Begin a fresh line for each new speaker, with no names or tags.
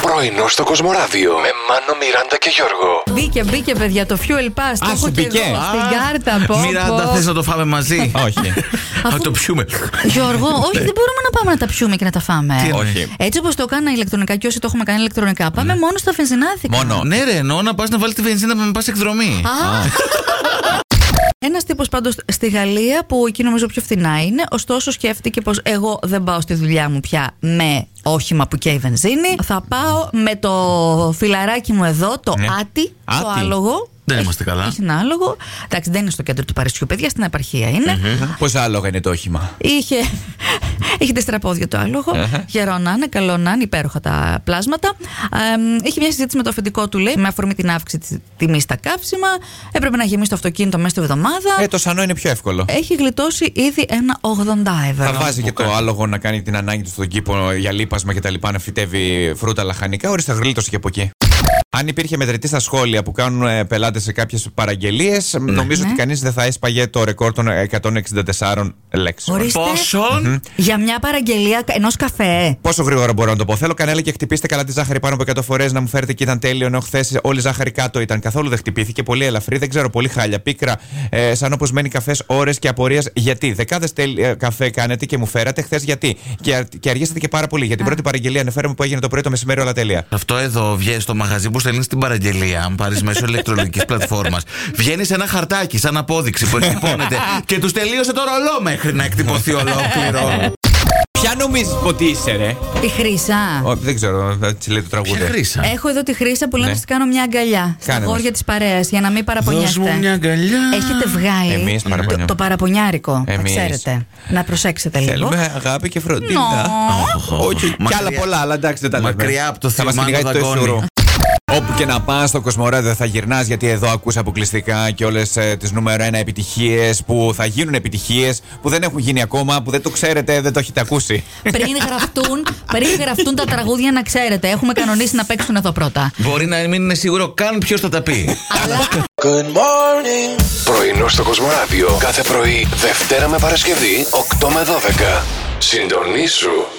Πρωινό στο Κοσμοράδιο με Μάνο, Μιράντα και Γιώργο.
Μπήκε, μπήκε, παιδιά, το fuel pass. Το
Α,
έχω
σου
και εγώ
μπήκε.
στην κάρτα. Πω,
Μιράντα,
πω.
θες να το φάμε μαζί.
Όχι.
Θα το πιούμε.
Γιώργο, όχι, δεν μπορούμε να πάμε να τα πιούμε και να τα φάμε.
Ναι. Τι εννοείς?
Όχι.
Έτσι όπως το έκανα ηλεκτρονικά και όσοι το έχουμε κάνει ηλεκτρονικά, πάμε μόνο στα φενζινάδικα.
Μόνο.
Ναι, ρε, εννοώ να πας να βάλεις τη βενζίνα να πας εκδρομή.
Ένας τύπος πάντως στη Γαλλία που εκεί νομίζω πιο φθηνά είναι, ωστόσο σκέφτηκε πως εγώ δεν πάω στη δουλειά μου πια με όχημα που καίει βενζίνη. Θα πάω με το φιλαράκι μου εδώ, το
Ναι.
άτι, το
Άτι.
άλογο.
Δεν
Έχει-
είμαστε καλά.
Έχει ένα άλογο. Εντάξει, δεν είναι στο κέντρο του Παρισιού, παιδιά, στην επαρχία είναι.
Πόσα άλογα είναι το όχημα.
Είχε, είχε τέσσερα πόδια το άλογο. Γερό να είναι, καλό να είναι, υπέροχα τα πλάσματα. Ε, είχε μια συζήτηση με το αφεντικό του, λέει, με αφορμή την αύξηση της τιμής στα καύσιμα. Έπρεπε να γεμίσει το αυτοκίνητο μέσα στη εβδομάδα.
Ε, το σανό είναι πιο εύκολο.
Έχει γλιτώσει ήδη ένα 80 ευρώ.
Θα βάζει και το άλογο να κάνει την ανάγκη του στον κήπο για λίπασμα και τα λοιπά, να φυτεύει φρούτα λαχανικά. Ορίστε, γλίτωσε και από εκεί. Αν υπήρχε μετρητή στα σχόλια που κάνουν πελάτες σε κάποιες παραγγελίες, νομίζω
Ναι.
ότι κανείς δεν θα έσπαγε το ρεκόρ των 164 λέξεων.
Ορίστε.
Πόσον.
Για μια παραγγελία ενός καφέ.
Πόσο γρήγορα μπορώ να το πω. Θέλω κανένα και χτυπήστε καλά τη ζάχαρη πάνω από 100 φορές να μου φέρετε και ήταν τέλειο. Ενώ χθες όλη η ζάχαρη κάτω ήταν. Καθόλου δεν χτυπήθηκε. Πολύ ελαφρύ. Δεν ξέρω, πολύ χάλια. Πίκρα. Ε, σαν όπως μένει καφές ώρες και απορία. Γιατί. Δεκάδες καφέ κάνετε και μου φέρατε χθες γιατί. Και, αρ- και αργήσατε και πάρα πολύ. Για την πρώτη παραγγελία ανεφέραμε που έγινε το πρωί το μεσημέρι όλα τέλεια.
Αυτό εδώ βγαίνει στο μαγαζί που στέλνεις την παραγγελία. Αν πάρεις μέσω ηλεκτρονική πλατφόρμας, βγαίνεις ένα χαρτάκι σαν απόδειξη που εκτυπώνεται και τους τελείωσε το ρολό μέχρι να εκτυπωθεί ολόκληρο.
Ποια νομίζεις ότι είσαι, ρε.
Τη χρήσα.
δεν ξέρω, έτσι λέει το τραγούδι.
Ποια χρήσα.
Έχω εδώ τη χρήσα που λέω
Ναι.
να τη κάνω μια αγκαλιά. Στα
Κάνε μας.
γόρια της παρέας για να μην
Δώσ'
παραπονιέστε.
μου μια αγκαλιά.
Έχετε βγάλει
Εμείς
το,
παραπονιά.
το παραπονιάρικο. θα
Εμείς.
ξέρετε. Να προσέξετε λίγο.
Θέλουμε αγάπη και φροντίδα.
Νο.
Όχι, κι άλλα πολλά, αλλά εντάξει δεν τα λέμε.
Μακριά από το
Θα μας
θύμα, το
κυνηγάει το
δαγκώνει.
εθουρό. Όπου και να πας στο Κοσμοράδιο θα γυρνάς γιατί εδώ ακούς αποκλειστικά και όλες τις νούμερο 1 επιτυχίες που θα γίνουν επιτυχίες που δεν έχουν γίνει ακόμα, που δεν το ξέρετε, δεν το έχετε ακούσει.
πριν, γραφτούν, πριν γραφτούν τα τραγούδια, να ξέρετε. Έχουμε κανονίσει να παίξουν εδώ πρώτα.
Μπορεί να μην είναι σίγουρο καν ποιος θα τα πει.
Πρωινό στο Κοσμοράδιο κάθε πρωί, Δευτέρα με Παρασκευή, 8 με 12. Συντονίσου.